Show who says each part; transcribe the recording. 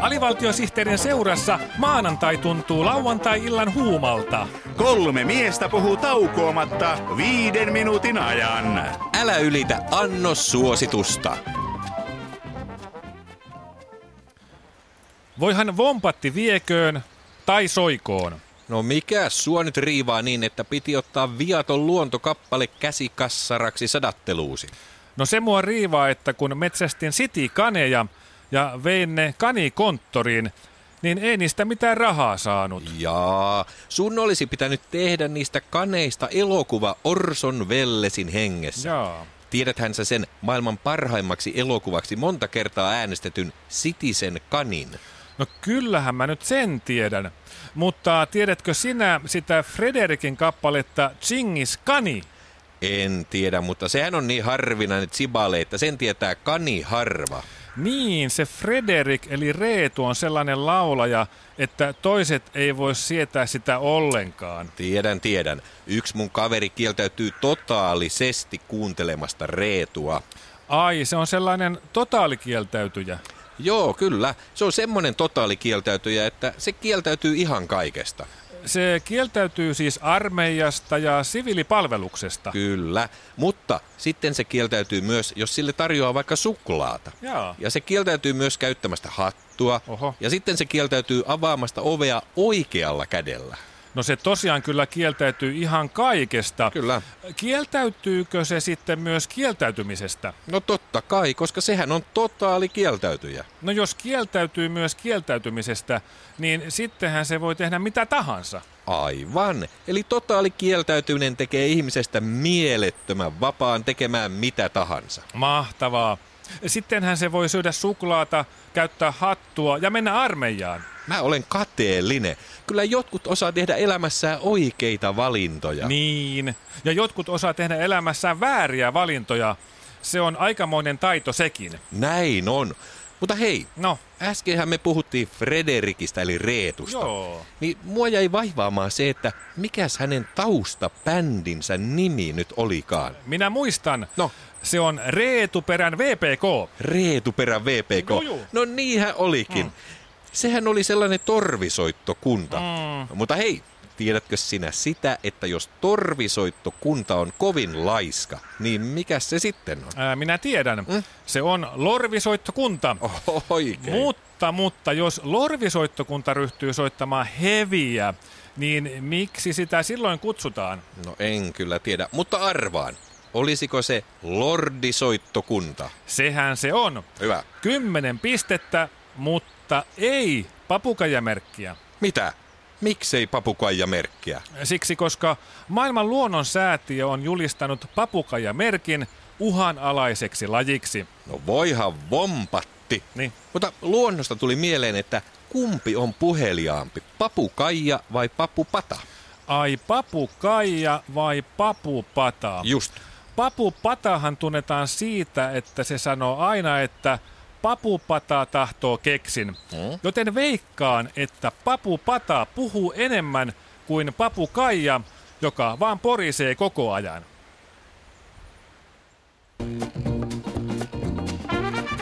Speaker 1: Alivaltiosihteerin seurassa maanantai tuntuu lauantai-illan huumalta.
Speaker 2: Kolme miestä puhuu taukoamatta viiden minuutin ajan.
Speaker 3: Älä ylitä annossuositusta.
Speaker 1: Voihan vompatti vieköön tai soikoon.
Speaker 3: No mikä sua nyt riivaa niin, että piti ottaa viaton luontokappale käsikassaraksi sadatteluusi?
Speaker 1: No se mua riivaa, että kun metsästin sitikaneja ja vein ne kanikonttoriin, niin ei niistä mitään rahaa saanut.
Speaker 3: Jaa, sun olisi pitänyt tehdä niistä kaneista elokuva Orson Vellesin hengessä.
Speaker 1: Jaa.
Speaker 3: Tiedäthän sä sen maailman parhaimmaksi elokuvaksi monta kertaa äänestetyn Sitisen kanin.
Speaker 1: No kyllähän mä nyt sen tiedän. Mutta tiedätkö sinä sitä Frederikin kappaletta Chingis Kani?
Speaker 3: En tiedä, mutta sehän on niin harvinainen sibale, että sen tietää kani harva.
Speaker 1: Niin, se Frederik eli Reetu on sellainen laulaja, että toiset ei voi sietää sitä ollenkaan.
Speaker 3: Tiedän, tiedän. Yksi mun kaveri kieltäytyy totaalisesti kuuntelemasta Reetua.
Speaker 1: Ai, se on sellainen totaalikieltäytyjä.
Speaker 3: Joo, kyllä. Se on semmoinen totaalikieltäytyjä, että se kieltäytyy ihan kaikesta.
Speaker 1: Se kieltäytyy siis armeijasta ja siviilipalveluksesta.
Speaker 3: Kyllä, mutta sitten se kieltäytyy myös, jos sille tarjoaa vaikka suklaata.
Speaker 1: Jaa.
Speaker 3: Ja se kieltäytyy myös käyttämästä hattua.
Speaker 1: Oho.
Speaker 3: Ja sitten se kieltäytyy avaamasta ovea oikealla kädellä.
Speaker 1: No se tosiaan kyllä kieltäytyy ihan kaikesta.
Speaker 3: Kyllä.
Speaker 1: Kieltäytyykö se sitten myös kieltäytymisestä?
Speaker 3: No totta kai, koska sehän on totaalikieltäytyjä.
Speaker 1: No jos kieltäytyy myös kieltäytymisestä, niin sittenhän se voi tehdä mitä tahansa.
Speaker 3: Aivan. Eli totaalikieltäytyminen tekee ihmisestä mielettömän vapaan tekemään mitä tahansa.
Speaker 1: Mahtavaa. Sittenhän se voi syödä suklaata, käyttää hattua ja mennä armeijaan.
Speaker 3: Mä olen kateellinen. Kyllä jotkut osaa tehdä elämässään oikeita valintoja.
Speaker 1: Niin. Ja jotkut osaa tehdä elämässään vääriä valintoja. Se on aikamoinen taito sekin.
Speaker 3: Näin on. Mutta hei,
Speaker 1: No,
Speaker 3: äskenhän me puhuttiin Frederikistä eli Reetusta.
Speaker 1: Joo.
Speaker 3: Niin mua jäi vaivaamaan se, että mikäs hänen taustabändinsä nimi nyt olikaan.
Speaker 1: minä muistan.
Speaker 3: No.
Speaker 1: Se on Reetuperän VPK.
Speaker 3: Reetuperä VPK.
Speaker 1: No juu. Hmm.
Speaker 3: no niinhän olikin. Mm. Sehän oli sellainen torvisoittokunta.
Speaker 1: Hmm.
Speaker 3: Mm. Mutta hei, tiedätkö sinä sitä, että jos torvisoittokunta on kovin laiska, niin mikä se sitten on?
Speaker 1: Ää, minä tiedän. Mm? Se on lorvisoittokunta.
Speaker 3: Oho, oikein.
Speaker 1: Mutta, mutta jos lorvisoittokunta ryhtyy soittamaan heviä, niin miksi sitä silloin kutsutaan?
Speaker 3: No en kyllä tiedä, mutta arvaan. Olisiko se lordisoittokunta?
Speaker 1: Sehän se on.
Speaker 3: Hyvä.
Speaker 1: Kymmenen pistettä, mutta ei papukaijamerkkiä.
Speaker 3: Mitä? Miksei papukaijamerkkiä?
Speaker 1: Siksi, koska maailman luonnonsäätiö on julistanut papukaijamerkin uhanalaiseksi lajiksi.
Speaker 3: No voihan vompatti.
Speaker 1: Niin.
Speaker 3: Mutta luonnosta tuli mieleen, että kumpi on puheliaampi, papukaija vai papupata?
Speaker 1: Ai papukaija vai papupata?
Speaker 3: Just.
Speaker 1: Papupatahan tunnetaan siitä, että se sanoo aina, että papupata tahtoo keksin.
Speaker 3: Mm.
Speaker 1: Joten veikkaan, että papupata puhuu enemmän kuin papukaija, joka vaan porisee koko ajan.